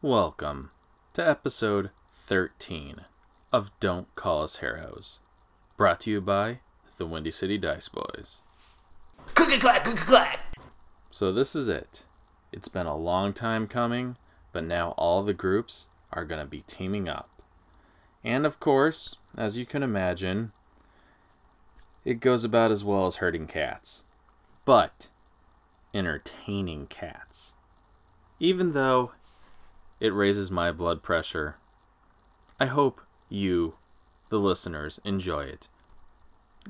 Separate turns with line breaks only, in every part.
Welcome to episode 13 of Don't Call Us Harrows, brought to you by the Windy City Dice Boys.
Click clack, click clack.
So, this is it. It's been a long time coming, but now all the groups are going to be teaming up. And of course, as you can imagine, it goes about as well as herding cats, but entertaining cats. Even though it raises my blood pressure, I hope you, the listeners, enjoy it.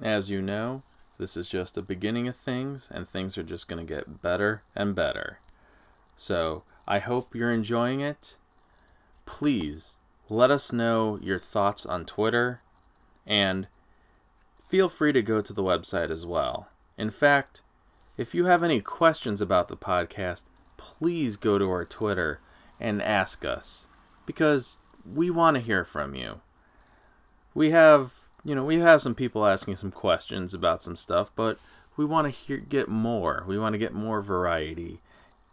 As you know, this is just the beginning of things, and things are just going to get better and better. So I hope you're enjoying it. Please let us know your thoughts on Twitter, and feel free to go to the website as well. In fact, if you have any questions about the podcast, please go to our Twitter and ask us because we want to hear from you. We have, you know, we have some people asking some questions about some stuff, but we want to hear get more. We want to get more variety.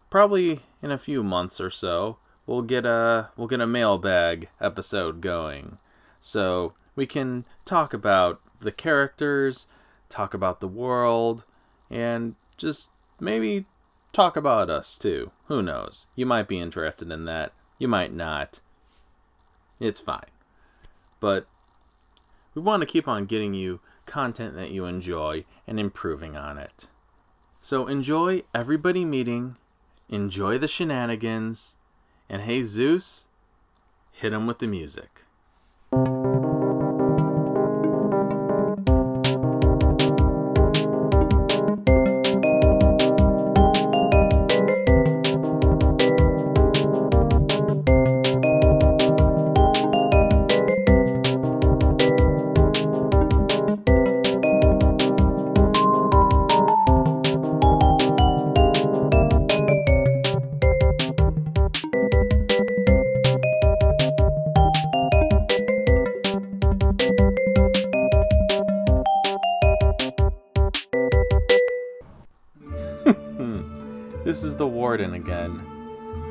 Probably in a few months or so, we'll get a we'll get a mailbag episode going. So, we can talk about the characters, talk about the world, and just maybe talk about us too. Who knows? You might be interested in that. You might not. It's fine. But we want to keep on getting you content that you enjoy and improving on it. So enjoy everybody meeting, enjoy the shenanigans, and hey Zeus, hit 'em with the music. This is the Warden again.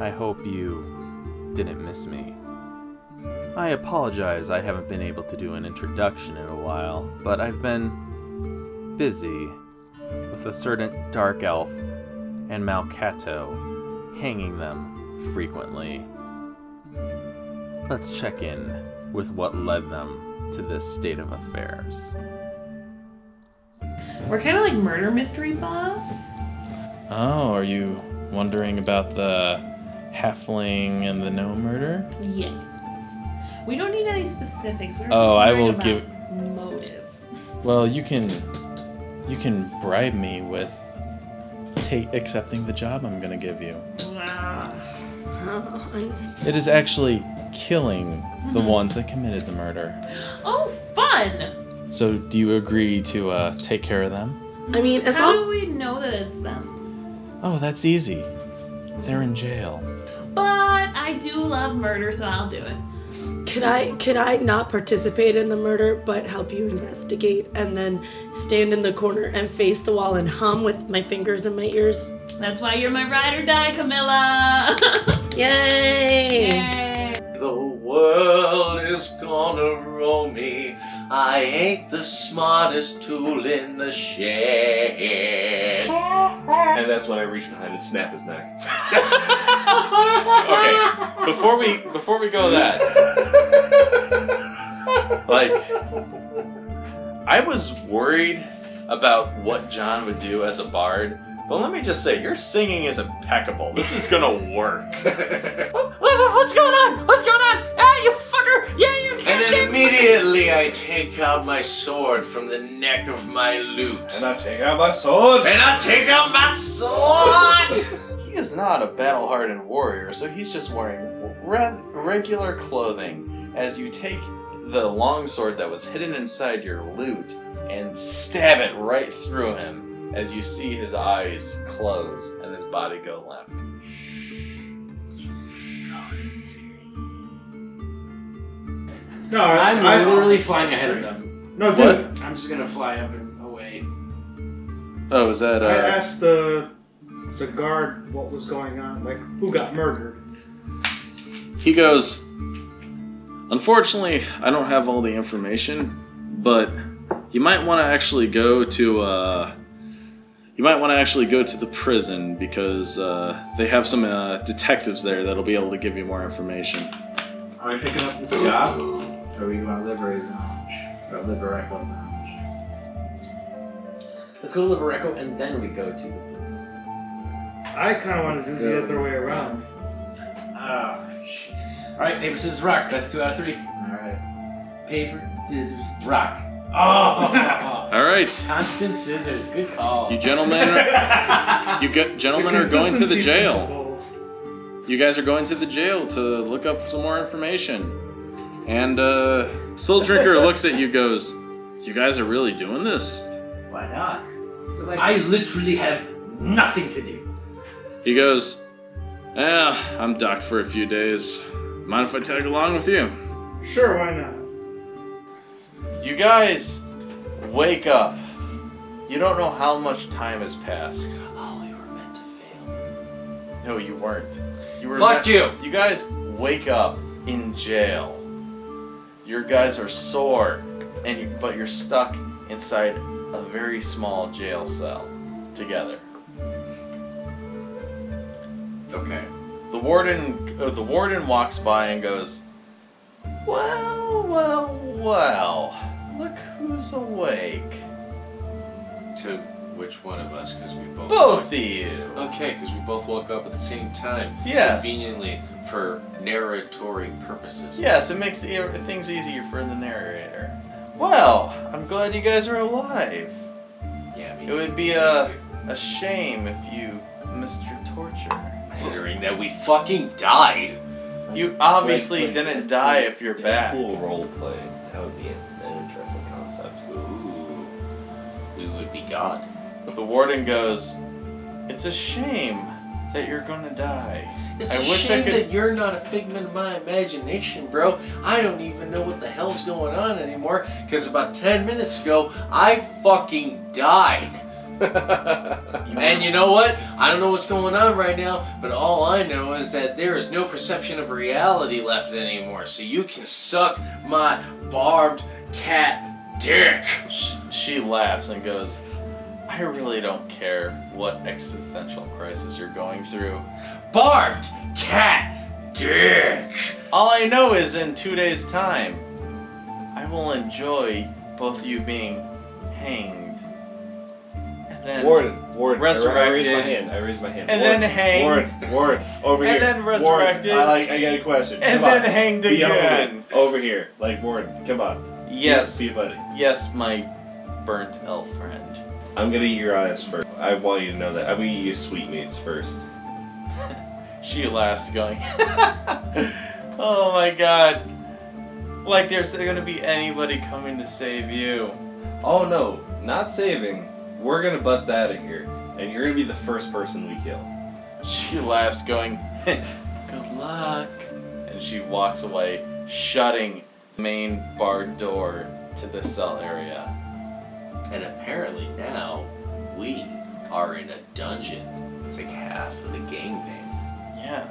I hope you didn't miss me. I apologize I haven't been able to do an introduction in a while, but I've been busy with a certain dark elf and Malcato, hanging them frequently. Let's check in with what led them to this state of affairs.
We're kind of like murder mystery buffs.
Oh, are you wondering about the halfling and the gnome murder?
Yes. We don't need any specifics. We're just
Oh, I
worried
will
about
give-
motive.
Well, you can you can bribe me with take accepting the job I'm going to give you.
Ah,
It is actually killing the ones that committed the murder.
Oh, fun!
So, do you agree to uh, take care of them?
I mean, as
How do
long
we know that it's them?
Oh, that's easy. They're in jail.
But I do love murder, so I'll do it.
could I could I not participate in the murder, but help you investigate, and then stand in the corner and face the wall and hum with my fingers in my ears.
That's why you're my ride or die, Camilla.
Yay!
Yay.
The world is gonna roll me. I ain't the smartest tool in the shed.
And that's when I reach behind and snap his neck. okay, before we before we go that, like, I was worried about what John would do as a bard, but let me just say, your singing is impeccable. This is gonna work. What- what- what's going on? What's going on? Ah, you fucker! Yeah, you.
And then immediately I take out my sword from the neck of my lute.
I take out my sword.
And I take out my sword!
He is not a battle hardened warrior, so he's just wearing re- regular clothing as you take the longsword that was hidden inside your loot and stab it right through him as you see his eyes close and his body go limp.
No, I,
I'm
I-
literally flying ahead of them.
No, dude.
I'm just gonna fly up and away.
Oh, is that
I
uh?
asked the the guard what was going on, like who got murdered,
He goes, Unfortunately, I don't have all the information, but you might want to actually go to, uh, you might want to actually go to the prison because uh, they have some uh, detectives there that'll be able to give you more information.
Are we picking up this job? Or are we going to Livery Lounge? Or Liberico Lounge?
Let's go to Libereco and then we go to the police.
I kind of want to do the other way around.
Ah, jeez.
Alright, paper, scissors, rock. Best two out of three.
Alright.
Paper, scissors, rock. Oh!
All right,
Constant scissors. Good call.
you gentlemen, are- you go- gentlemen are going to the
Consistency
jail.
principle.
You guys are going to the jail to look up some more information. And uh, Soul Drinker looks at you, goes, "You guys are really doing this."
Why not? We're like,
I literally have nothing to do.
He goes, "Ah, I'm docked for a few days. Mind if I tag along with you?"
Sure, why not?
You guys wake up. You don't know how much time has passed.
Oh, we were meant to fail.
No, you weren't. You were
Fuck you!
You guys wake up in jail. Your guys are sore, and you, but you're stuck inside a very small jail cell together.
Okay.
The warden, uh, the warden walks by and goes, "Well, well, well. Look who's awake.
To which one of us? Because we both.
Both of you."
Okay, because we both woke up at the same time.
Yes.
Conveniently, for narratory purposes.
Yes, it makes e- things easier for the narrator. Well, I'm glad you guys are alive.
Yeah, me
It would be
uh,
a, a shame if you missed your torture.
Considering that we fucking died.
You obviously
Wait, wait.
didn't die if you're back.
Cool role play. That would be an interesting concept.
Ooh. We would be God.
The warden goes, It's a shame that you're gonna die.
It's
I
a
wish I
shame
could-
that you're not a figment of my imagination, bro. I don't even know what the hell's going on anymore. Because about ten minutes ago, I fucking died. and you know what? I don't know what's going on right now, but all I know is that there is no perception of reality left anymore. So you can suck my barbed cat dick.
Sh- She laughs and goes, I really don't care what existential crisis you're going through.
Barbed cat dick.
All I know is in two days' time, I will enjoy both of you being hanged. And then,
Warden, Warden. I- I raise my
Resurrected.
hand. I raise my hand.
And
Warden,
then hanged.
Warden, Warden, over
And
here.
then
Warden,
resurrected.
I like. I got a question.
and
Come
then
on.
hanged
Be over here.
again.
Over here, like Warden. Come on.
Yes,
Be a buddy.
yes, my burnt elf friend.
I'm gonna eat your eyes first. I want you to know that. I'm gonna eat your sweetmeats first.
She laughs, going, "Oh my god! Like there's gonna be anybody coming to save you."
Oh no, not saving. We're gonna bust out of here, and you're gonna be the first person we kill.
She laughs, going, Good luck. And she walks away, shutting the main barred door to the cell area.
And apparently now we are in a dungeon. It's like half of the gangbang.
Yeah.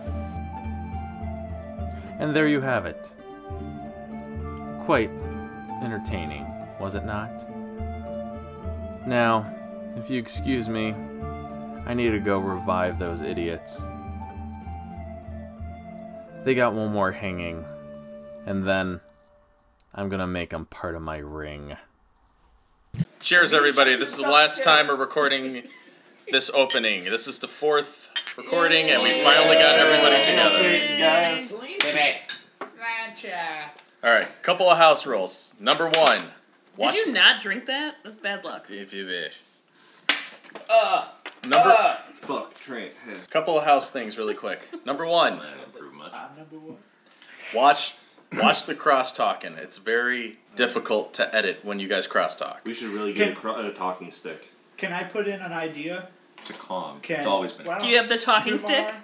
And there you have it. Quite entertaining, was it not? Now, if you excuse me, I need to go revive those idiots. They got one more hanging, and then I'm gonna make them part of my ring.
Cheers, everybody. This is the last time we're recording this opening. This is the fourth recording, and we finally got everybody together.
guys.
All right, couple of house rules. Number one, watch.
Did you not drink that? That's bad luck.
If you wish. Number.
Fuck Trent.
Couple of house things, really quick. Number one. Watch, watch the cross talking. It's very difficult to edit when you guys cross talk.
We should really
get a
a talking stick.
Can I put in an idea?
It's a calm.
Can,
It's always been.
why
Do
don't-
you have the talking
Move
stick?
on.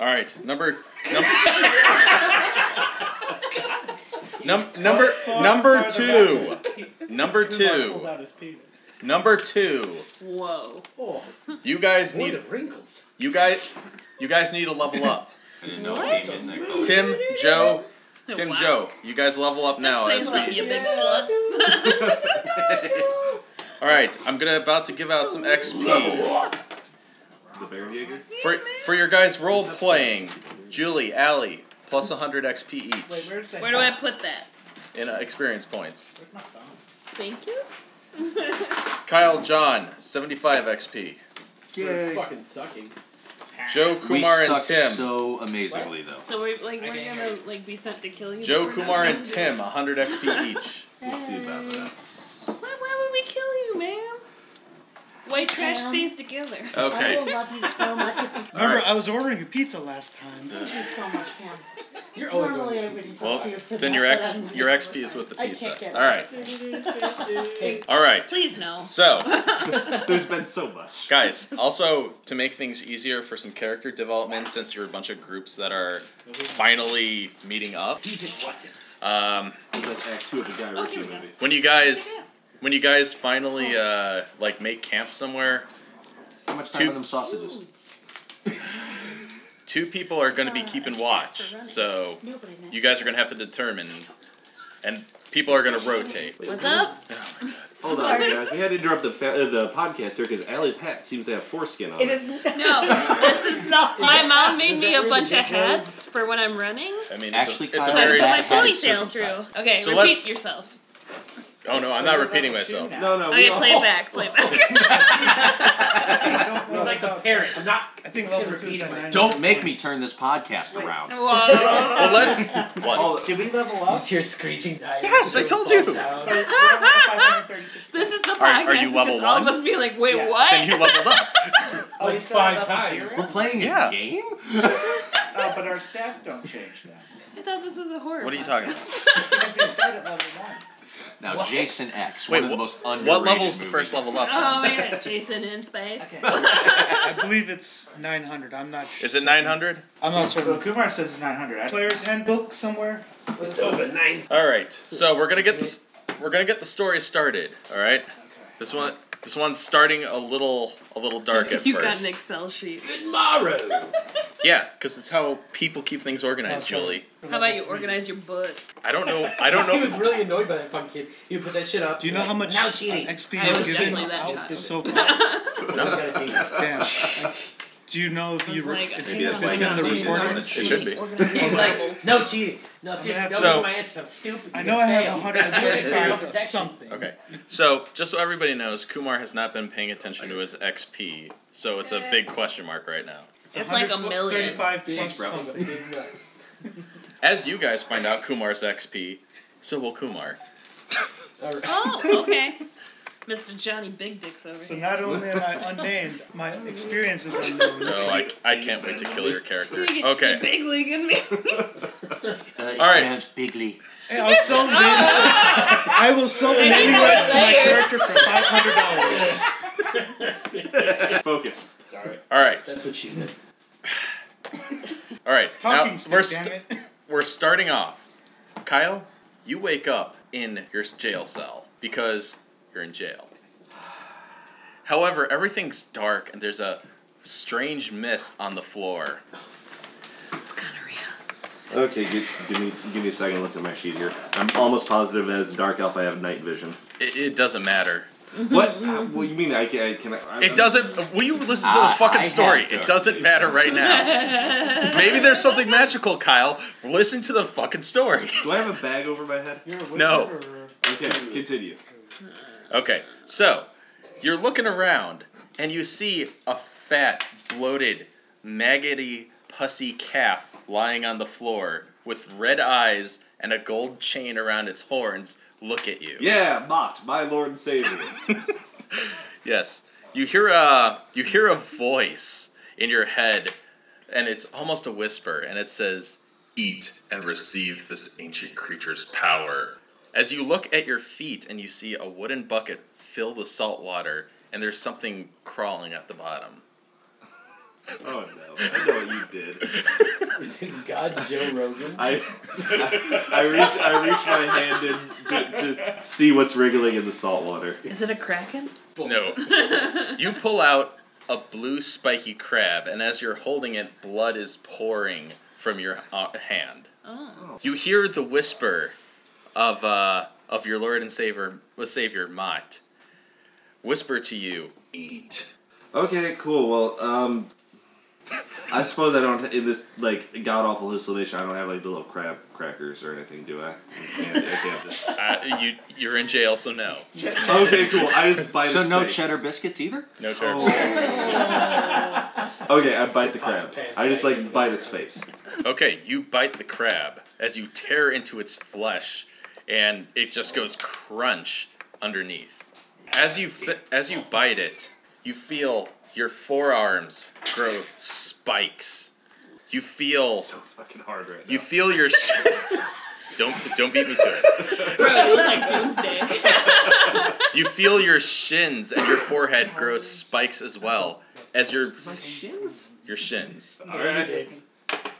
All right, number num- num- number number two, number
Remark pulled
two,
out his penis.
number two.
Whoa.
You guys need
wrinkles.
you guys you guys need to level up.
I didn't know
What?
it came in that color.
Tim, Joe,
Oh,
Tim, Joe, you guys level up now
Say
as we.
love, you big slut.
All right, I'm gonna about to give out some XP's
The bear Jaeger?
for for your guys role playing. Julie, Allie, plus 100 XP each
Where do I put that?
in uh, experience points.
Thank you.
Kyle, John, 75 XP.
We're fucking sucking.
Joe, Kumar,
We
and
suck
Tim.
so
amazingly
So we're like we're gonna like be sent to kill you.
Joe,
but we're
Kumar,
not.
and Tim, 100 XP each.
We'll see
about that.
Why, why would we kill you, man? White trash
Ma'am.
stays together.
I will love you so much if you
Remember, I was ordering a pizza last time.
Thank you so much, Pam.
You're always
Normally
on
I wouldn't
Well,
fuck you for
then
that,
your
but
X
I'm-
your XP is with the
I
pizza.
can't get
All right. All right.
Please no.
So,
there's been so much.
Guys, also to make things easier for some character development, since you're a bunch of groups that are finally meeting up. Um, when you guys, when you guys finally uh, like make camp somewhere,
How much time on them sausages?
two people are going to be keeping watch. So you guys are going to have to determine, and people are going to rotate.
What's up?
Hold on, guys. We had to interrupt the fa- uh, the podcast here because Allie's hat seems to have foreskin on it.
It is no. This is not. My mom made me a bunch of hats for when I'm running.
I mean,
Actually,
it's a, it's a
so I
very
put my
specific
ponytail
circumstance.
through. Okay,
So
repeat
let's-
yourself.
Oh no, I'm not repeating myself.
No, no.
okay, play it back. Play it back.
He's like the parent. I'm not. I think so.
Don't make me turn this podcast around.
Well, let's.
What?
Did we level up?
Hear screeching tires.
Yes, I told you.
this is the podcast.
Are- are you
it's
level
just all of
one?
us be like, wait,
Yes.
what?
Then you leveled up.
Like five times.
We're playing
Yeah.
a game?
Oh, but our stats don't change now.
I thought this was a horror.
What are you talking about?
Because we start at level one.
Now, Jason X,
Wait,
one of the
wh-
most
what
underrated
level's the
movies.
first level up?
Oh man, Jason in space.
I believe it's 900. I'm not sure.
Is it 900?
I'm not certain. Kumar says it's 900. I- Player's handbook somewhere? Let's open nine.
All right. So we're gonna get this. We're gonna get the story started. All right. This one. This one's starting a little. A little dark at
you got
first.
an Excel sheet.
Yeah, because it's how people keep things organized, Julie.
How about you organize your book?
I don't know. I don't
he was
know.
really annoyed by that fucking kid. He would put that shit up.
Do you know how much
Now cheating.
uh, XP
I
you're
was
giving
definitely that
out
child.
so far?
He's got a team.
Damn. Do you know if you re-
like,
if
Maybe
it's
that's why
in the
not doing
recording?
it.
It should be.
He's like,
No cheating. No, seriously.
So-
Don't give my answer. I'm stupid.
I know I have
Fail.
135 something.
Okay. So just so everybody knows, Kumar has not been paying attention to his XP, so it's a big question mark right now.
It's like a million.
35 plus something.
As you guys find out Kumar's XP, so will Kumar.
Oh, okay. Mr. Johnny Big Dick's over
So
here.
not only am I unnamed, my experience is unknown.
No, I, I can't wait to kill your character.
You- you
Okay.
Big league in me.
Uh, it's
All right.
pronounced Bigley.
Hey, I'll sell the I will sell the menu rights to my character for five hundred dollars.
Focus.
All right.
That's what she said.
All right.
Talking
now
stick,
we're,
damn
st-
it.
we're starting off. Kyle, you wake up in your jail cell because you're in jail. However, everything's dark and there's a strange mist on the floor.
Okay, give, give me give me a second. to Look at my sheet here. I'm almost positive as a dark elf, I have night vision.
It, it doesn't matter.
Mm-hmm.
What? Uh, what you mean? I can. I, can I,
It doesn't. Will you listen to the
Ah,
fucking
I
story?
have to.
It doesn't matter right now. Maybe there's something magical, Kyle. Listen to the fucking story.
Do I have a bag over my head?
You're a wizard
No.
or-
Okay, continue.
Okay, so you're looking around and you see a fat, bloated, maggoty, pussy calf lying on the floor with red eyes and a gold chain around its horns look at you.
Yeah, Mott, my lord and savior.
Yes. You hear a you hear a voice in your head and it's almost a whisper and it says eat and receive this ancient creature's power. As you look at your feet and you see a wooden bucket filled with salt water and there's something crawling at the bottom.
Oh no, I know what you did.
This is God Joe Rogan.
I, I, I reach I reach my hand in to, to see what's wriggling in the salt water.
Is it a kraken?
No. you pull out a blue spiky crab and as you're holding it blood is pouring from your uh, hand.
Oh.
You hear the whisper of uh, of your Lord and Savior, uh, Savior Mott, whisper to you, "Eat."
Okay, cool. Well, um, I suppose I don't in this like god awful hallucination. I don't have like the little crab crackers or anything, do I? I can't, I can't just...
Uh, you you're in jail, so no.
okay, cool. I just bite.
So
its
no
face.
cheddar biscuits either.
No cheddar.
Okay, I bite the crab. I just like bite its face.
Okay, you bite the crab as you tear into its flesh, and it just goes crunch underneath. As you fi- as you bite it, you feel your forearms grow spikes. You feel so
fucking hard right
You feel your sh- don't don't beat me to it.
Bro, you look like Doomsday.
You feel your shins and your forehead grow spikes as well as your
shins.
your shins.
All right.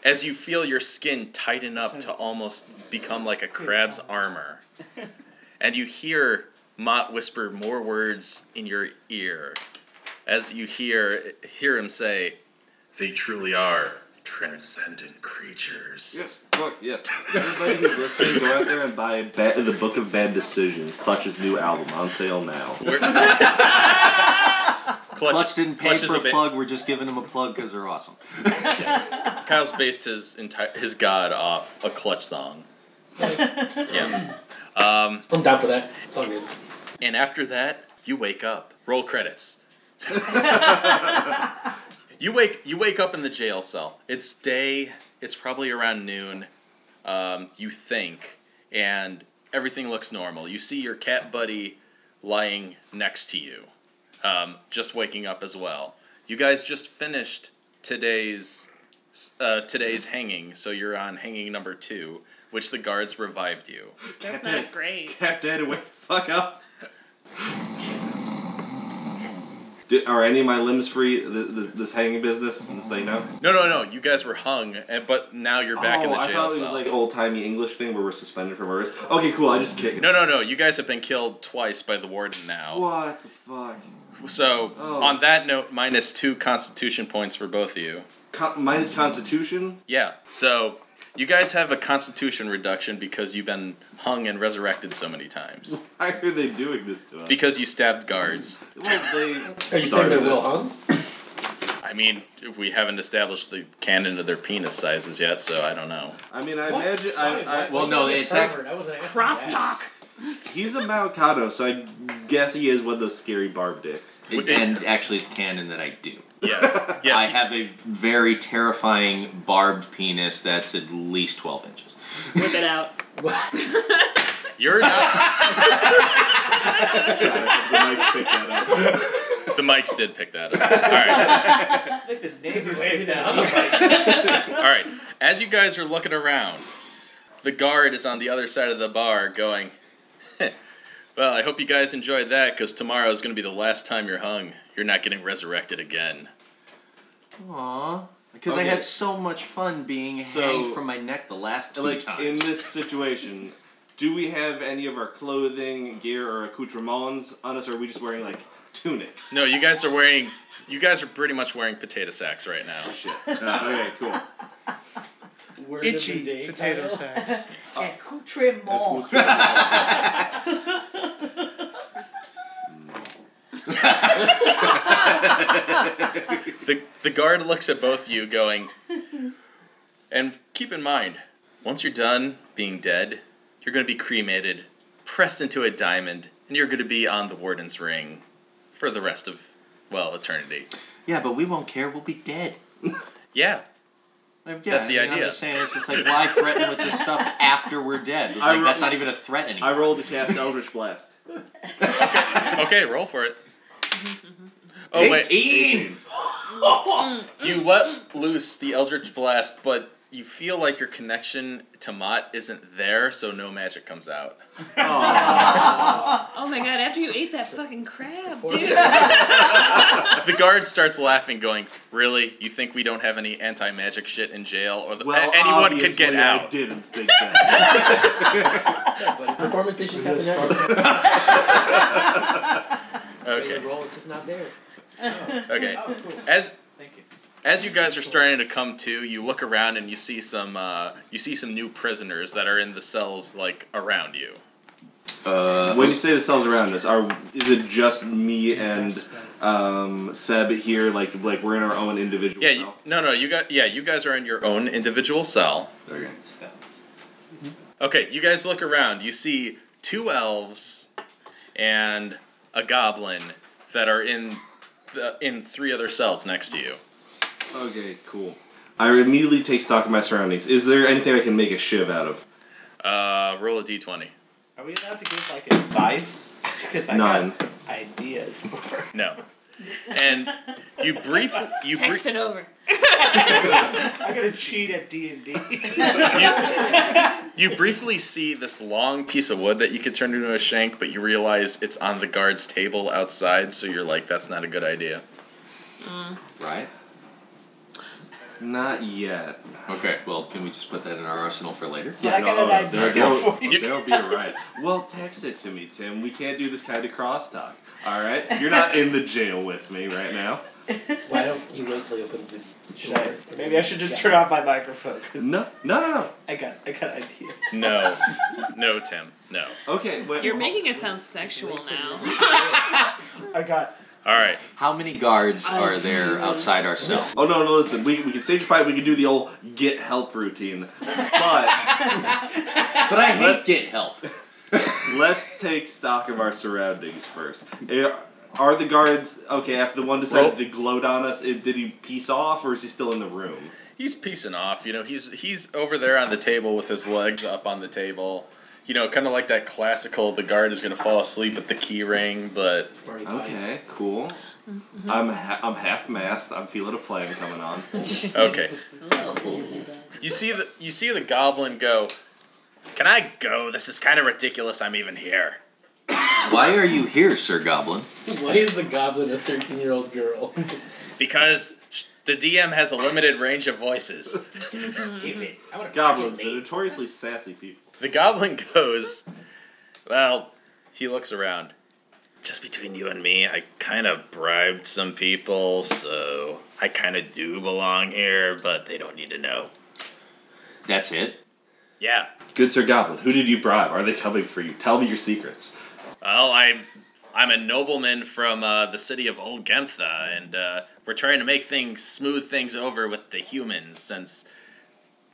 As you feel your skin tighten up to almost become like a crab's armor. And you hear Mott whisper more words in your ear as you hear hear him say, They truly are transcendent creatures.
Yes, fuck, yes. Everybody who's listening, go out there and buy ba- the Book of Bad Decisions, Clutch's new album, on sale now.
Clutch, didn't pay
Clutch is
for a
a bit-
plug. We're just giving them a plug because they're awesome.
Kyle's based his entire his god off a clutch song. yeah. Um,
I'm down for that. It's all good.
and after that, you wake up. Roll credits. you wake you wake up in the jail cell. It's day. It's probably around noon. Um, you think, and everything looks normal. You see your cat buddy lying next to you, um, just waking up as well. You guys just finished today's uh, today's hanging, so you're on hanging number two, which the guards revived you.
That's not great.
Cap Dad, wake the fuck up. Do, are any of my limbs free? This, this, this hanging business, this thing now?
No, no, no. You guys were hung, and but now you're back
oh,
in the
I
jail
thought it
cell.
was like old timey English thing where we're suspended from arrest. Okay, cool. I just kick.
no, no, no. You guys have been killed twice by the warden now.
What the fuck?
So
Oh,
on that note, minus two Constitution points for both of you.
Con- minus Constitution.
Yeah. So you guys have a Constitution reduction because you've been hung and resurrected so many times
Why are they doing this to us?
because you stabbed guards.
Well, they
Are you saying
started
they
it.
will hung?
I mean, we haven't established the canon of their penis sizes yet, so I don't know.
I mean, I imagine. I, I,
Well, no, they attack.
Crosstalk.
He's a Malcado, so I guess he is one of those scary barb dicks.
And actually, it's canon that I do.
Yeah. Yes.
I have a very terrifying barbed penis that's at least 12 inches.
Whip it out.
You're not.
the
mics did pick that up. All right. All right. As you guys are looking around, the guard is on the other side of the bar going, Well, I hope you guys enjoyed that because tomorrow is going to be the last time you're hung. You're not getting resurrected again.
Aww. Because I
Okay.
had so much fun being
So-
hanged from my neck the last two
like
times.
in this situation, do we have any of our clothing, gear, or accoutrements on us, or are we just wearing like tunics?
No, you guys are wearing. You guys are pretty much wearing potato sacks right now.
Shit. Uh, okay, cool.
Word of the
Itchy
day,
potato
Kyle.
sacks.
Accoutrement.
The, the guard looks at both of you going, and keep in mind, once you're done being dead, you're going to be cremated, pressed into a diamond, and you're going to be on the warden's ring for the rest of, well, eternity.
yeah, but we won't care. We'll be dead.
Yeah.
Like, yeah,
That's
I
the
mean,
idea.
I'm just saying, it's just like why threaten with this stuff after we're dead? It's
I
like,
wrote-
that's not even a threat anymore.
I rolled to cast Eldritch Blast.
Okay, roll for it. Oh, wait. You let loose the Eldritch Blast, but you feel like your connection to Mott isn't there, so no magic comes out.
Oh my god, after you ate that fucking crab,
Before-
dude.
The guard starts laughing, going, "Really? You think we don't have any anti-magic shit in jail, or the,
Well,
a- anyone could
obviously
get
I
out?"
didn't think that.
But performance issues happen everywhere.
Okay,
Roll, it's just not there.
okay. As
Thank you.
As you guys are starting to come to, you look around and you see some uh, you see some new prisoners that are in the cells like around you.
Uh, when you say the cells around us, are is it just me and um, Seb here? Like like we're in our own individual.
Yeah, you, no, no, you got yeah, you guys are in your own individual cell.
Okay.
Okay, you guys look around. You see two elves and a goblin that are in the, in three other cells next to you.
Okay, cool. I immediately take stock of my surroundings. Is there anything I can make a shiv out of?
Uh, roll a d20.
Are we allowed to give like advice? Because I
None.
got ideas for.
No. And you brief you
Text
brief
it over.
I'm gonna cheat at D and D.
you briefly see this long piece of wood that you could turn into a shank, but you realize it's on the guard's table outside, so you're like, that's not a good idea.
Right?
Not yet.
Okay, well, can we just put that in our arsenal for later?
Yeah, I got an idea
there'll-
for you
there'll
guys. Well, text it to me, Tim. We can't do this kind of crosstalk. All right, you're not in the jail with me right now.
Why don't you wait till you open the
Should I-
Maybe I should just turn off my microphone. 'cause
No, no, no, no.
I got, I got ideas.
No. No, Tim. No.
Okay, wait.
You're making it sound sexual now.
I got.
All right.
How many guards are there outside our cell?
Oh no, no! Listen, we, we can stage a fight. We can do the old get help routine, but
But I hate get help.
let's take stock of our surroundings first. Eh, Are the guards okay? After the one decided to gloat on us, eh, did he piece off or is he still in the room?
He's piecing off, you know, he's he's over there on the table with his legs up on the table. You know, kind of like that classical the guard is going to fall asleep at the key ring, but
Okay, cool. Mm-hmm. I'm ha- I'm half mast. I'm feeling a plan coming on.
Okay. You see the you see the goblin go. Can I go? This is kind of ridiculous. I'm even here.
Why are you here, Sir Goblin?
Why is the goblin a 13 year old girl?
Because sh- the DM has a limited range of voices.
Stupid.
Goblins are notoriously sassy people.
The goblin goes, Well, he looks around. Just between you and me, I kind of bribed some people, so I kind of do belong here, but they don't need to know.
That's it.
Yeah.
Good Sir Goblin, who did you bribe? Are they coming for you? Tell me your secrets.
Well, I'm I'm a nobleman from uh, the city of Old Gemtha, and uh, we're trying to make things smooth things over with the humans since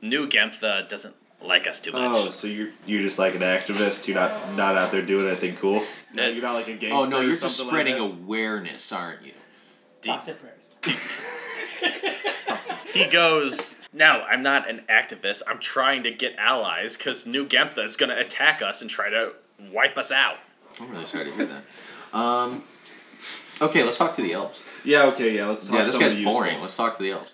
New Gemtha doesn't like us too much.
Oh, so you're you're just like an activist. You're not not out there doing anything cool. No, you're not like a gangster.
Oh no,
or
you're just
something like
spreading
that?
awareness, aren't you?
Thoughts and prayers.
He goes, No, I'm not an activist. I'm trying to get allies because New Gemtha is going to attack us and try to wipe us out.
I'm really sorry to hear that. Um, okay, let's talk to the elves.
Yeah, okay, yeah, let's talk
Yeah, this
something
guy's
useful.
boring. Let's talk to the elves.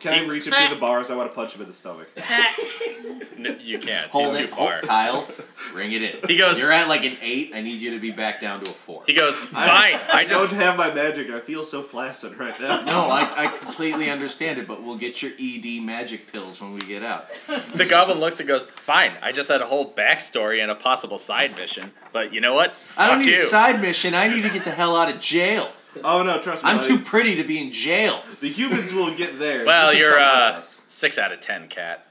Can I reach him through the bars? I want to punch him in the stomach.
N- you can't.
Hold
He's
it,
too far.
Kyle. Bring it in.
He goes-
You're at like an eight. I need you to be back down to a four.
He goes, Fine. I, just.
don't have my magic. I feel so flaccid right now.
No, I, I completely understand it, but we'll get your ED magic pills when we get out.
The goblin looks and goes, Fine. I just had a whole backstory and a possible side mission, but you know what?
I don't
Fuck
need
you.
a side mission. I need to get the hell out of jail.
Oh no, trust
me. I'm
buddy.
too pretty to be in jail.
The humans will get there.
well, you're uh, six out of ten, cat.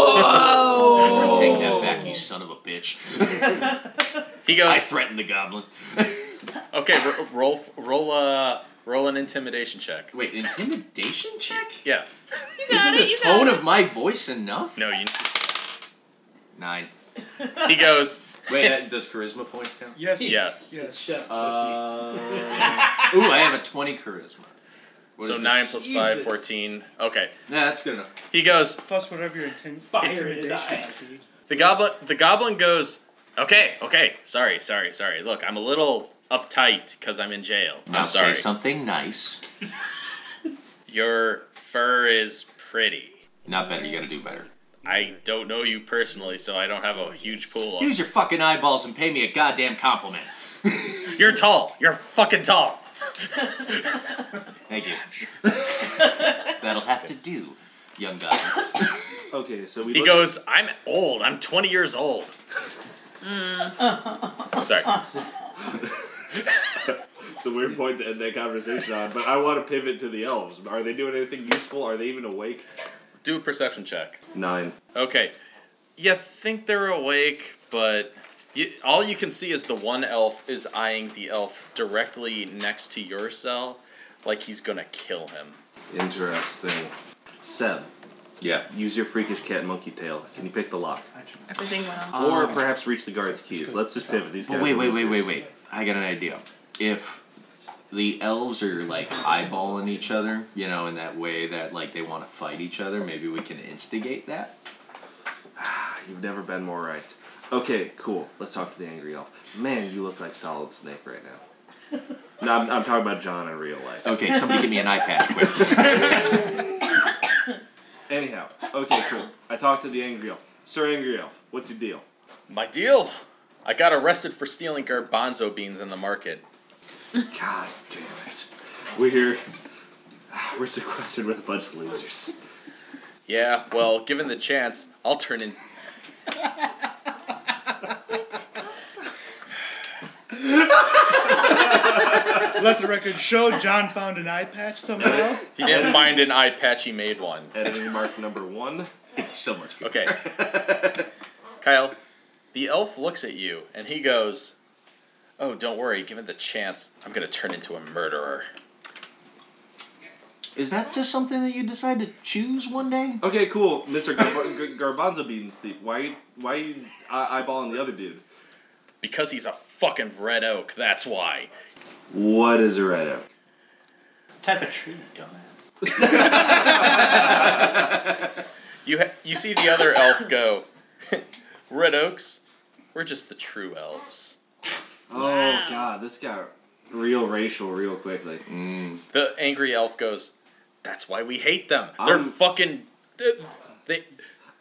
Oh. Take that back, you son of a bitch.
He goes.
I threatened the goblin.
Okay, ro- roll, roll, uh, roll an intimidation check.
Wait, intimidation check?
Yeah.
Isn't the tone of my voice enough?
No, you.
Nine.
He goes.
Wait, that, does charisma points count?
Yes.
Yes.
Yes. Chef.
Uh, ooh, I have a 20 charisma. What
so
is it?
9 plus five,
Jesus.
14. Okay.
Nah, that's good enough.
He goes,
Plus whatever your intim- intimidation would be.
the goblin the goblin goes, "Okay, okay. Sorry, sorry, sorry. Look, I'm a little uptight cuz I'm in jail.
Now
I'm sorry.
say something nice.
Your fur is pretty.
Not better, you gotta do better.
I don't know you personally, so I don't have a huge pool of
Use your fucking eyeballs and pay me a goddamn compliment.
You're tall. You're fucking tall.
Thank you. That'll have to do, young guy.
okay, so we
He goes, "I'm old. I'm 20 years old." Sorry.
It's a weird point to end that conversation on, but I want to pivot to the elves. Are they doing anything useful? Are they even awake?
Do a perception check.
Nine.
Okay. You think they're awake, but you, all you can see is the one elf is eyeing the elf directly next to your cell, like he's gonna kill him.
Interesting. Seb.
Yeah.
Use your freakish cat monkey tail. Can you pick the lock?
Everything went off.
Or perhaps reach the guard's keys. Let's just pivot. These guys.
But wait,
are
wait, wait, wait,
losers.
wait. I got an idea. If the elves are like eyeballing each other, you know, in that way that like they want to fight each other, maybe we can instigate that.
You've never been more right. Okay, cool. Let's talk to the angry elf. Man, you look like Solid Snake right now. no, I'm, I'm talking about John in real life.
Okay, somebody give me an eye patch
quick. Anyhow, okay, cool. I talked to the angry elf. Sir Angry Elf, what's your deal?
My deal? I got arrested for stealing garbanzo beans in the market.
God damn it. We're here. We're sequestered with a bunch of losers.
Yeah, well, given the chance, I'll turn in.
Let the record show John found an eye patch somehow.
He didn't find an eye patch, he made one.
Editing mark number one.
so much.
Okay. Kyle, the elf looks at you and he goes, Oh, don't worry, given the chance, I'm gonna turn into a murderer.
Is that just something that you decide to choose one day?
Okay, cool, Mr. Garba- Gar- Garbanzo Beans Thief. Why you, why you eye- eyeballing the other dude?
Because he's a fucking red oak, that's why.
What is a red oak?
Type of tree, dumbass.
You ha- you see the other elf go, Red Oaks, we're just the true elves.
Oh god, this got real racial real quickly.
The angry elf goes, That's why we hate them. They're
I'm-
fucking. They, they,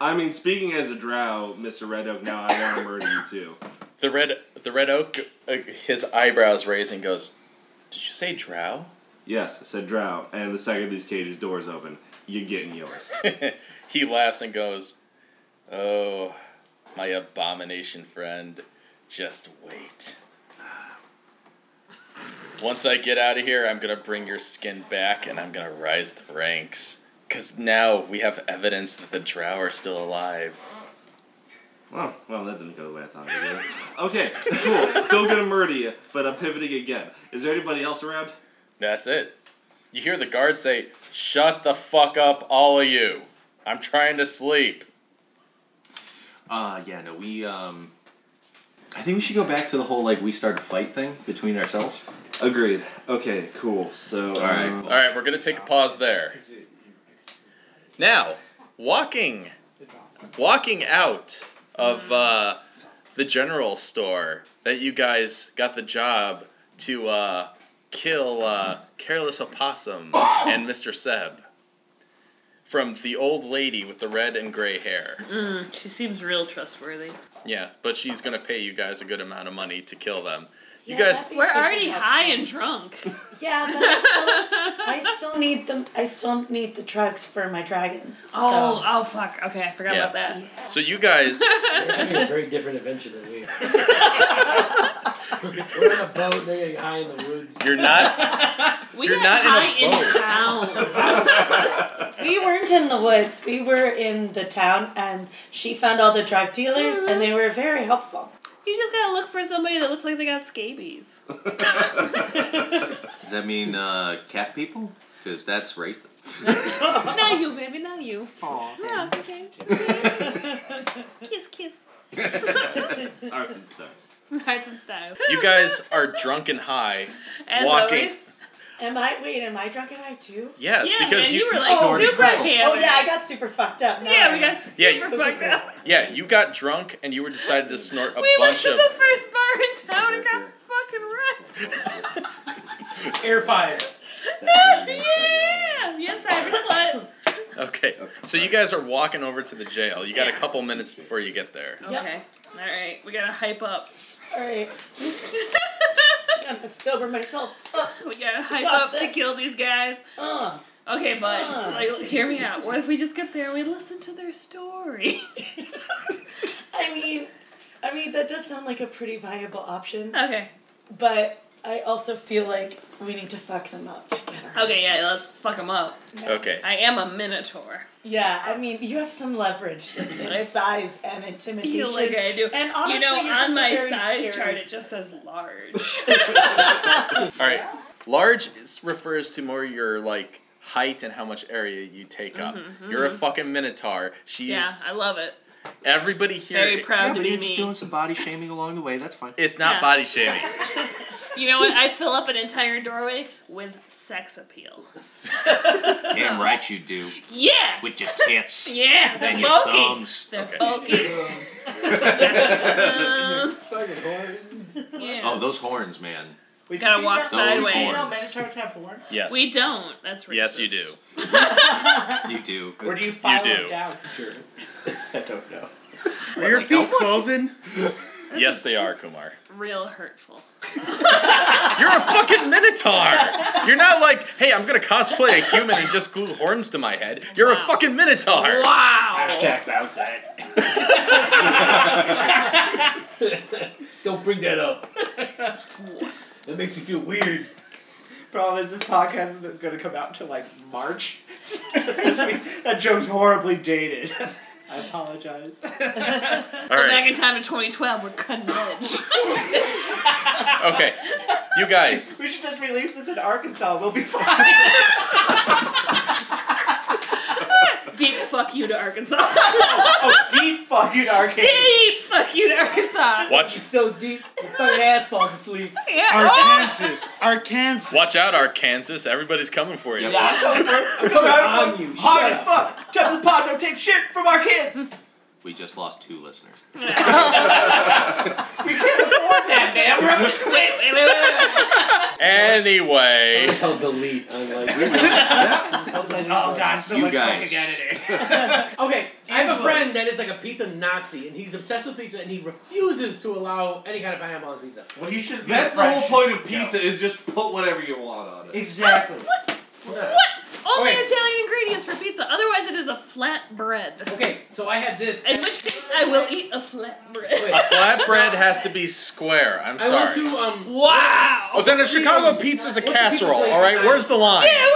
I mean, speaking as a drow, Mr. Red Oak, now I want to murder you too.
the red the red oak, uh, his eyebrows raise and goes, Did you say drow?
Yes, I said drow, and the second these cages doors open, you're getting yours.
he laughs and goes, Oh, my abomination friend, just wait. Once I get out of here, I'm gonna bring your skin back and I'm gonna rise the ranks. Cause now we have evidence that the drow are still alive.
Oh, well, that didn't go the way I thought it would. Okay, cool. Still gonna murder you, but I'm pivoting again. Is there anybody else around?
That's it. You hear the guard say, Shut the fuck up, all of you. I'm trying to sleep.
Uh, yeah, no, we, um, I think we should go back to the whole, like, we start a fight thing between ourselves.
Agreed. Okay, cool. So,
Alright. Alright, we're gonna take a pause there. Now, walking walking out of uh, the general store that you guys got the job to uh, kill uh, Careless Opossum and Mr. Seb from the old lady with the red and gray hair.
Mm, she seems real trustworthy.
Yeah, but she's gonna pay you guys a good amount of money to kill them. You
Yeah,
guys,
that'd
We're already high and drunk.
Yeah, but I still, I still need them. I still need the drugs for my dragons.
Oh, oh fuck. Okay, I forgot
Yeah.
about that.
so you guys,
They're having a very different adventure than we are. We're on a boat, they're getting high in the woods.
you're not
We
You're
got
not
high in, town.
We weren't in the woods. We were in the town, and she found all the drug dealers, and they were very helpful.
you just gotta look for somebody that looks like they got scabies.
Does that mean, uh, cat people? Because that's racist.
not you, baby, not you. No, it's okay. kiss, kiss.
Arts and stars.
Hearts and style.
you guys are drunk and high,
As
walking.
always.
Am I? Wait, am I drunk and I too?
Yes,
Yeah,
because
man,
you,
you were, like,
snorted
super
crystals.
hammered.
Oh yeah, I got super fucked up. No,
Yeah,
I-
we got
Yeah,
super
you-
fucked up.
Yeah, you got drunk and you were decided to snort a
we went
bunch
to
of.
the first bar in town and got fucking
It's air fire.
arrested. yeah! Yes, I was
Okay, so you guys are walking over to the jail. You got a couple minutes before you get there.
Okay. All right, we gotta hype up.
All right. I'm gonna sober myself.
We gotta hype
got
up to
this.
kill these guys.
Uh,
Okay, bud.
Uh.
Like, hear me out. What if we just get there and we listen to their story?
I mean, I mean that does sound like a pretty viable option,
okay.
but I also feel like we need to fuck them up together.
Okay, yeah, let's fuck him up.
Okay.
I am a minotaur.
Yeah, I mean, you have some leverage just in
I
size and intimidation.
feel like I do.
And honestly,
you know,
you're
on
just a
my
very
size
scary-
chart, it just says large.
All right. Large is, refers to more your like height and how much area you take up.
Mhm,
You're a
mhm.
fucking minotaur. She's
yeah, I love it.
everybody here.
Very proud
yeah,
to
but
be
you're just
me.
doing some body shaming along the way. That's fine.
It's not
Yeah.
body shaming.
You know what? I fill up an entire doorway with sex appeal.
Damn right you do.
Yeah.
With your tits.
Yeah, they're
And your
bulky.
thumbs.
They're
Okay.
bulky. Thumbs. Yeah.
Oh, those horns, man.
We gotta walk
Those
sideways.
horns.
Minotaurs have horns.
Yes.
We don't. That's racist.
Yes, you do.
you do.
Or do you file
do.
them down?
Sure.
I don't know.
Are your feet cloven? yes, they are, Kumar.
Real hurtful.
You're a fucking minotaur. You're not like, hey, I'm gonna cosplay a human and just glue horns to my head. You're a fucking minotaur.
Wow.
Hashtag that was it.
Don't bring that up. that makes me feel weird.
Problem is, this podcast isn't going to come out until like March. that joke's horribly dated. I apologize.
All
Go
right.
Back in time to 2012, we're cutting edge.
Okay, you guys.
We should just release this in Arkansas. We'll be fine.
Deep fuck you to Arkansas.
oh, deep fucking Arkansas.
Deep fuck you to Arkansas.
Watch.
It's so deep, the fucking ass falls asleep.
Yeah.
Arkansas. Arkansas.
Watch out, Arkansas. Everybody's coming for you.
I'm coming out of you. Hard as fuck. Top of the pod. Don't take shit from our kids. We
We just lost two listeners.
can't afford that, man. We're up to six.
Wait, wait, wait, wait, wait.
Anyway.
Until delete. I'm like,
Oh god, so
You
much
guys.
fucking editing.
Okay, I have a
Angela.
friend that is like a pizza Nazi, and he's obsessed with pizza, and he refuses to allow any kind of pineapple on his pizza.
Well, you should. be
That's
a
the whole
friendship
point of
joke.
pizza is just put whatever you want on it.
Exactly.
What? Only
Okay.
Italian ingredients for pizza. Otherwise, it is a flat bread.
Okay, so I had this.
In which case, I will eat a flat bread.
A flatbread has to be square. I'm
I went
sorry.
to um.
Wow.
Oh, then a Chicago pizza's a
What's the pizza
casserole.
place
All right,
tonight?
where's the line?
Yeah,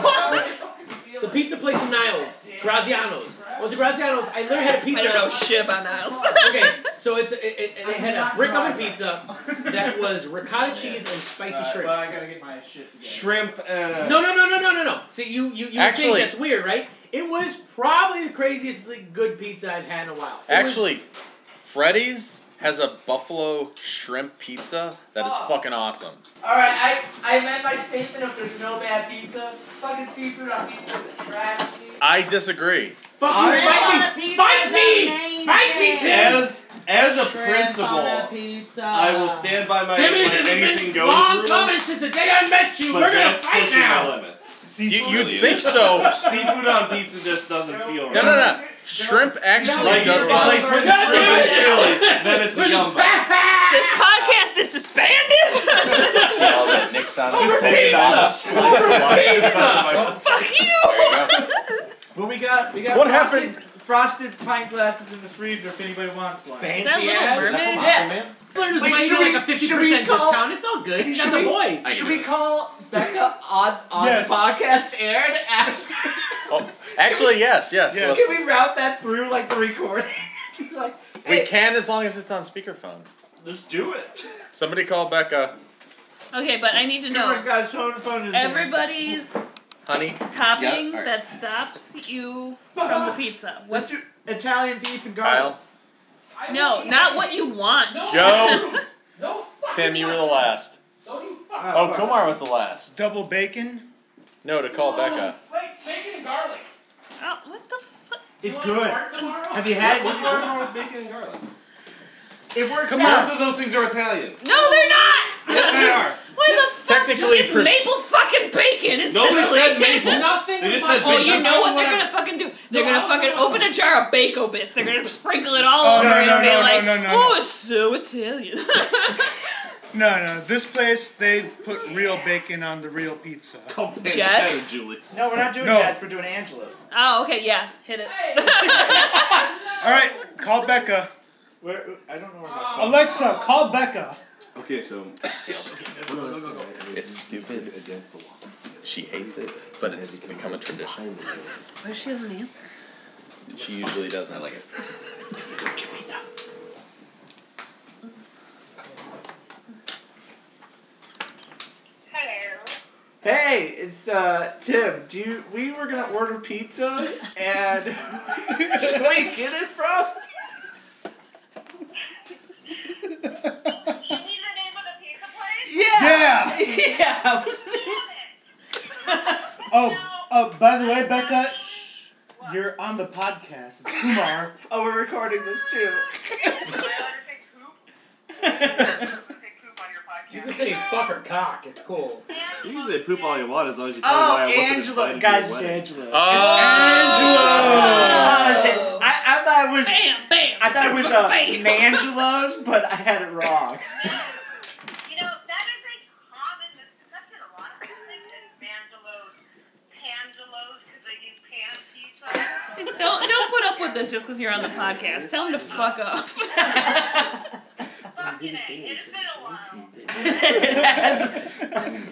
whoa.
The pizza place in Niles, Graziano's. I went to Graziano's. I literally had a pizza.
I don't know shit about Niles.
okay, so it's it, it, it had a brick oven pizza that was ricotta cheese and spicy shrimp.
Well, I gotta get my shit together.
Shrimp. Uh,
No, no, no, no, no, no, no. See, you, you, you would
Actually-
think that's weird, right? It was probably the craziest like, good pizza I've had in a while. It was-
Actually, Freddy's has a buffalo shrimp pizza that is
Ah.
fucking awesome.
All right, I I amend my statement of there's no bad pizza. Fucking seafood on pizza is a travesty.
I disagree.
fuck you, fight me, fight me, fight me, Tim.
As as a
Shrimp on a
principal,
pizza.
I will stand by my
Tim,
when
it has
anything
been
goes
long
rule,
coming since the day I met you.
but
We're gonna
that's
fight
pushing the
now.
limits.
You, you'd think so.
Seafood on pizza just doesn't feel right.
No, no, no. Shrimp actually
Like,
does
it's
not.
like putting
God
shrimp in
damn it.
chili, then it's a gumbo.
this podcast is disbanded.
See all that Nick's on
Over
his
pizza. Over pizza.
Fuck you.
Well, we got we got
What
frosted, frosted pint glasses in the freezer if anybody wants one.
Fancy
that Little
ass.
Mermaid?
There's
Wait,
like,
should
like
we-
a fifty
should we
percent
call-
discount. It's all good. He's got the voice.
Should we call Becca on on
Yes.
the podcast air and ask? Oh.
Actually, yes, yes.
Yes.
let's-
Can we route that through like the recording? like,
we
hey,
can as long as it's on speakerphone.
let's do it.
Somebody call Becca.
Okay, but I need to know.
Cooper's got his phone phone. in his hand.
Everybody's
Honey,
topping
Yeah, all right.
that stops you from the pizza.
Let's
What's
do Italian beef and garlic.
Kyle,
no, not what you want.
Joe,
No fucking
Tim, you were the
much.
last.
Don't you fuck.
Oh, Kumar was the last.
Double bacon.
No, to call Becca.
Wait, bacon and garlic.
Oh, what the fuck?
It's
You wanna
good.
start tomorrow?
Have you had it
What's
before?
wrong with bacon and garlic?
It works
Come on.
out.
Both of those things are Italian.
No, they're not.
Yes, they are.
What the fuck?
technically
It's
pres-
maple fucking bacon in
Nobody
Sicily.
said maple.
Nothing.
They just
but-
said
Oh, you
I'm
know what they're
I-
gonna fucking do? They're
No,
gonna
I'm
fucking
not.
open a jar of Bako bits. They're gonna sprinkle it all
Oh,
over
no,
and
no,
be
no, no,
like,
no, no,
"Oh,
no."
it's so Italian."
No, no. This place they put real bacon on the real pizza.
Jets?
Julie.
No, we're not doing
No.
Jets. We're doing Angelo's.
oh, okay, yeah, hit it.
All right, call Becca.
Where I don't know where my phone.
Alexa, call Becca.
Okay, so
It's stupid. She hates it, but it's become a tradition.
What if she doesn't answer?
She usually doesn't. I like it.
Hey, it's uh Tim. Do you, we were gonna order pizza and should I get it from?
Yeah.
Yeah.
Oh, oh. By the way, Becca, you're on the podcast. It's Kumar.
oh, we're recording this too.
Oh,
You can say fuck or cock. It's cool.
you can say poop all you want as long as you tell
Oh,
me why I wasn't
Angela.
invited to
Guys,
your
it's
wedding.
Angela.
Oh.
Oh, that's it. I, I thought it was. I thought it was uh,
Bam.
Mangelo's, but I had it wrong.
Don't don't put up with this just because you're on the podcast. Tell him to fuck off.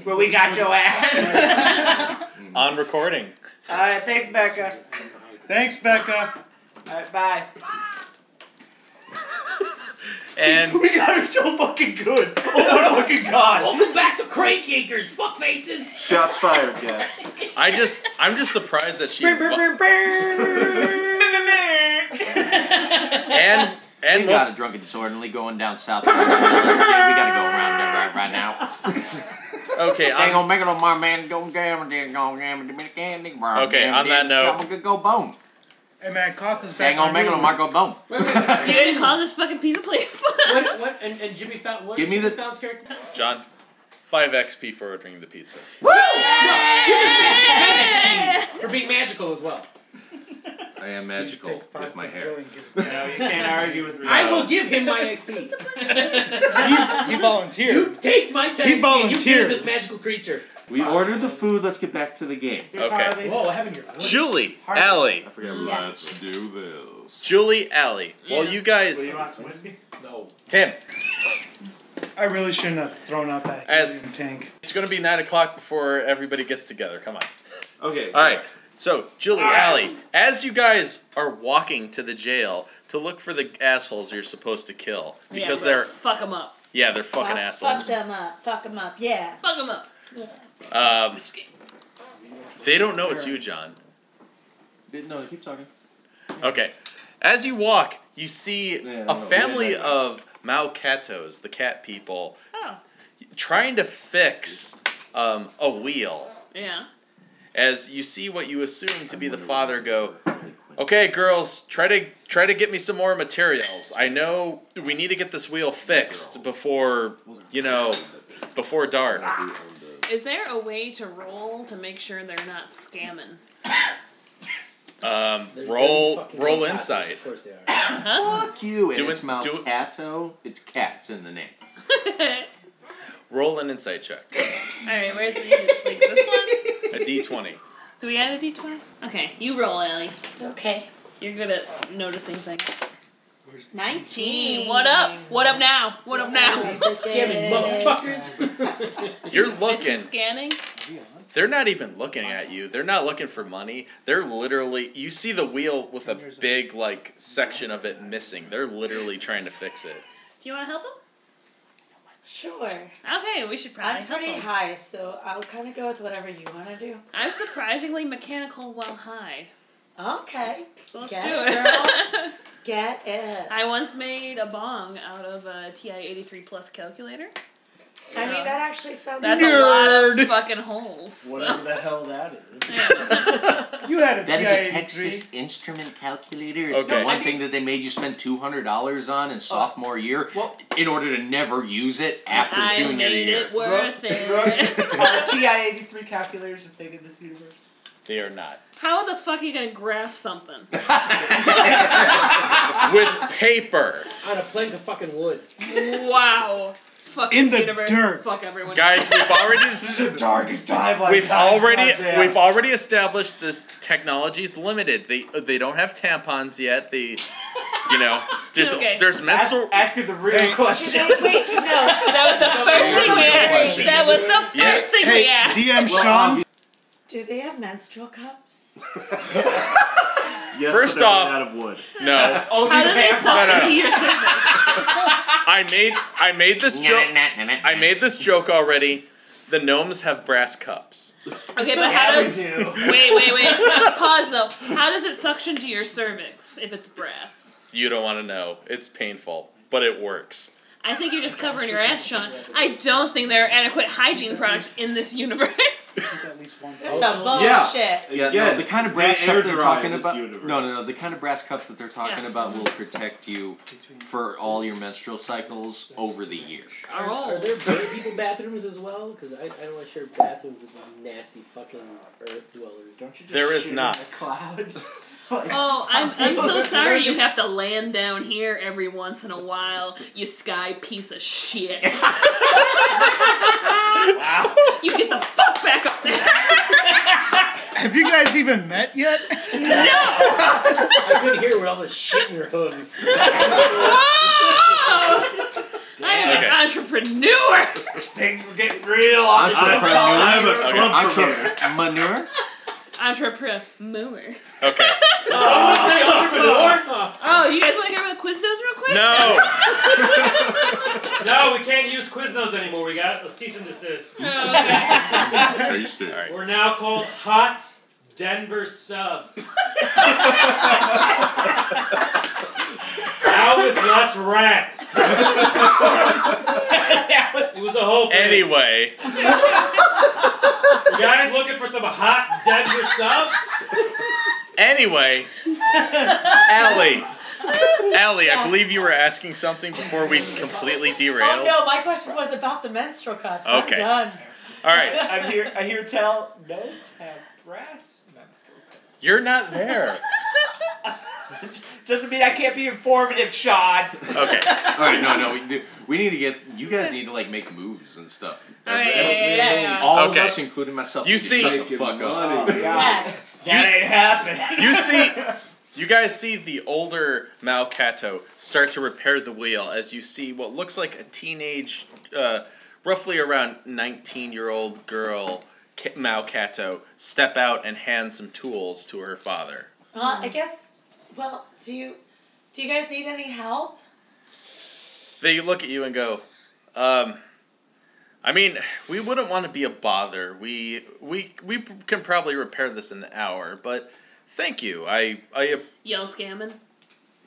Well, we got your ass.
On recording.
All right, thanks, Becca.
Thanks, Becca.
All right, bye.
And
we got it so fucking good. Oh my fucking god.
Welcome back to Crank Acres, fuck faces.
Shots fired, guys.
I just, I'm just surprised that she.
and
and
we got a drunken disorderly going down south. we gotta go around there right, right now.
Okay,
they
I'm-
gonna make it on my man. Go gammon, then go gammon, Dominican, nigga, bro.
Okay, on that note-
I'm gonna go bone.
Hey man, cough is
They
back.
ain't gonna make it on Marco Bone.
You're gonna call this fucking pizza place.
What? What? And, and Jimmy Fallon. What
Give me
Jimmy
the-
Fallon's character.
John, five XP for ordering the pizza.
Woo! For being magical as
Uh,
well.
I am magical with my hair.
No, you can't argue with
I will give him my XP.
He volunteered.
Take my ten.
He
XP, You
volunteered.
give this magical creature.
We ordered the food. Let's get back to the game.
Okay.
Whoa, I haven't your
Julie,
Harvey.
Allie.
I forget what Yes.
Let's do this. Julie, Allie. Well, you guys.
whiskey? No.
Tim,
I really shouldn't have thrown out that
As-
helium tank.
it's gonna be nine o'clock before everybody gets together. Come on.
Okay.
All right. So, Julie, Allie, as you guys are walking to the jail to look for the assholes you're supposed to kill, because they're
fuck them up.
yeah, they're fucking
Fuck-
assholes.
Fuck them up. Fuck them up. Yeah.
Fuck them up.
Yeah.
Um, they don't know it's you, John.
No, keep talking.
Okay. As you walk, you see
no,
a
no,
family
yeah, yeah,
of Maukatos, the cat people,
Oh.
trying to fix um, a wheel.
Yeah.
As you see what you assume to be the father go, "Okay, girls, try to try to get me some more materials. I know we need to get this wheel fixed before, you know, before dark."
Is there a way to roll to make sure they're not scamming?
Um, roll roll insight.
Of course they are.
Fuck you. And
Do
it's
it- do it.
Malcato. It's cats in the name.
Roll an insight check.
Alright, where's the, like this one?
A d20.
Do we add a d20? Okay, you roll, Allie.
Okay.
You're good at noticing things.
19.
What up? What up now? What up now?
Scamming
motherfuckers.
You're
Is she
looking.
scanning?
They're not even looking at you. They're not looking for money. They're literally. You see the wheel with a big like section of it missing. They're literally trying to fix it.
Do you want to help him?
Sure.
Okay, we should probably
I'm
help
pretty
him.
high, so I'll kind of go with whatever you want to do.
I'm surprisingly mechanical while high.
Okay.
So let's
Get
do
it,
it.
Get it.
I once made a bong out of a TI 83 plus calculator.
I mean, that actually sounds
That's a lot of fucking holes.
Whatever
so.
the hell that is.
You had a
That is
PI-83.
a Texas instrument calculator. It's
Okay.
the one thing that they made you spend two hundred dollars on in sophomore year in order to never use it after
I
junior
made
year.
it worth it.
Are TI eighty three calculators a thing in this universe?
They are not.
How the fuck are you gonna graph something?
With paper.
On a plank of fucking wood.
wow. Fuck
In
this
the
universe.
dirt.
Fuck everyone.
Guys, we've already. this is the
darkest dive I've
We've
had,
already
goddamn.
we've already established this technology's limited. They they don't have tampons yet. They You know, there's
Okay.
there's menstrual.
Ask her the real question.
That was the first thing we asked. That was the first
Yes.
thing we asked.
Do they have menstrual cups?
Yes,
First
but they're
off-
made out of wood.
No.
How do they solve
No, no.
your
I made I made this joke. I made this joke already. The gnomes have brass cups.
Okay, but how does wait, wait, wait? Pause though. How does it suction to your cervix if it's brass?
You don't want to know. It's painful, but it works.
I think you're just covering your ass, Sean. I don't think there are adequate hygiene products in this universe.
Some
Yeah,
bullshit.
yeah no,
Again,
the kind of
they
brass
air
cup they're
dry
talking
this
about.
universe.
No, no, no. The kind of brass cup that they're talking
Yeah.
about will protect you for all your menstrual cycles over the year.
Are, are there bird people bathrooms as well? Because I, I don't want to share bathrooms with you nasty fucking earth dwellers. Don't you just
There is
shit in
not.
the clouds?
Oh, I'm, I'm so sorry you have to land down here every once in a while, you sky piece of shit.
Wow.
You get the fuck back up there.
Have you guys even met yet?
I couldn't hear with all the shit in your hooves.
I am
Okay.
an entrepreneur.
Things were getting real on the
Entrepreneur.
show.
Entrepreneur. Manure.
Entrepreneur.
Okay.
Oh, you guys want to hear about Quiznos real quick?
No.
No, we can't use Quiznos anymore. We got a cease and desist.
Taste it.
We're now called Hot Denver Subs. now with less rent. it was a whole thing.
Anyway,
You guys looking for some hot Denver subs?
anyway, Allie, Allie, I believe you were asking something before we completely
Oh
derailed.
no, my question was about the menstrual cups.
Okay.
I'm done.
All right,
I hear, I hear tell notes have brass menstrual.
you're not there.
Doesn't mean I can't be informative, Sean.
Okay.
All right. No, no. We, do- we need to get. You guys need to like make moves and stuff.
All right, yeah, yeah, yeah, yeah.
All
Okay.
of us, including myself.
You
need to
see-
shut the fuck up.
That ain't happening.
You see, you guys see the older Malcato start to repair the wheel as you see what looks like a teenage, uh, roughly around 19 year old girl, K- Malcato, step out and hand some tools to her father.
Well, I guess. Well, do you do you guys need any help?
They look at you and go, um, I mean, we wouldn't want to be a bother. We we we can probably repair this in an hour, but thank you. I I
Yell scamming.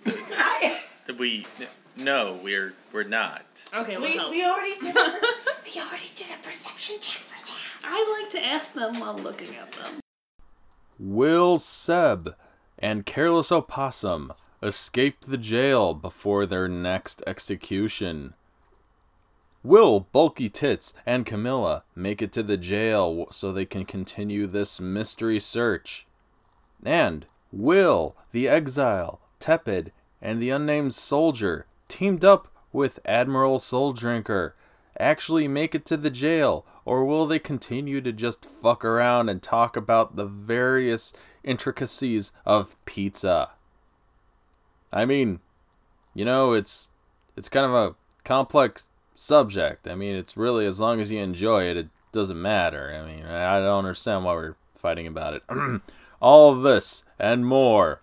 did we no, we're we're not.
Okay, we'll
we,
help.
we already did. A, we already did a perception check for that.
I like to ask them while looking at them.
Will Seb and Careless Opossum escaped the jail before their next execution? Will Bulky Tits and Camilla make it to the jail w- so they can continue this mystery search? And Will, the Exile, Tepid, and the Unnamed Soldier, teamed up with Admiral Soul Drinker, actually make it to the jail, or will they continue to just fuck around and talk about the various intricacies of pizza? I mean, you know, it's it's kind of a complex subject. I mean, it's really as long as you enjoy it, it doesn't matter. I mean, I I don't understand why we're fighting about it. All of this and more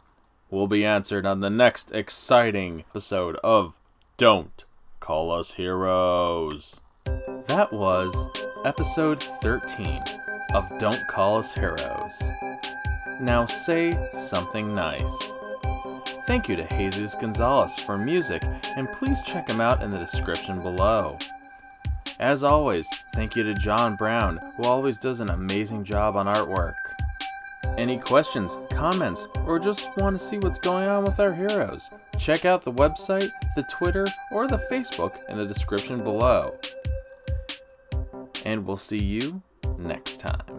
will be answered on the next exciting episode of Don't Call Us Heroes. That was episode 13 of Don't Call Us Heroes. Now say something nice. Thank you to Jesus Gonzalez for music, and please check him out in the description below. As always, thank you to John Brown, who always does an amazing job on artwork. Any questions, comments, or just want to see what's going on with our heroes? Check out the website, the Twitter, or the Facebook in the description below. And we'll see you next time.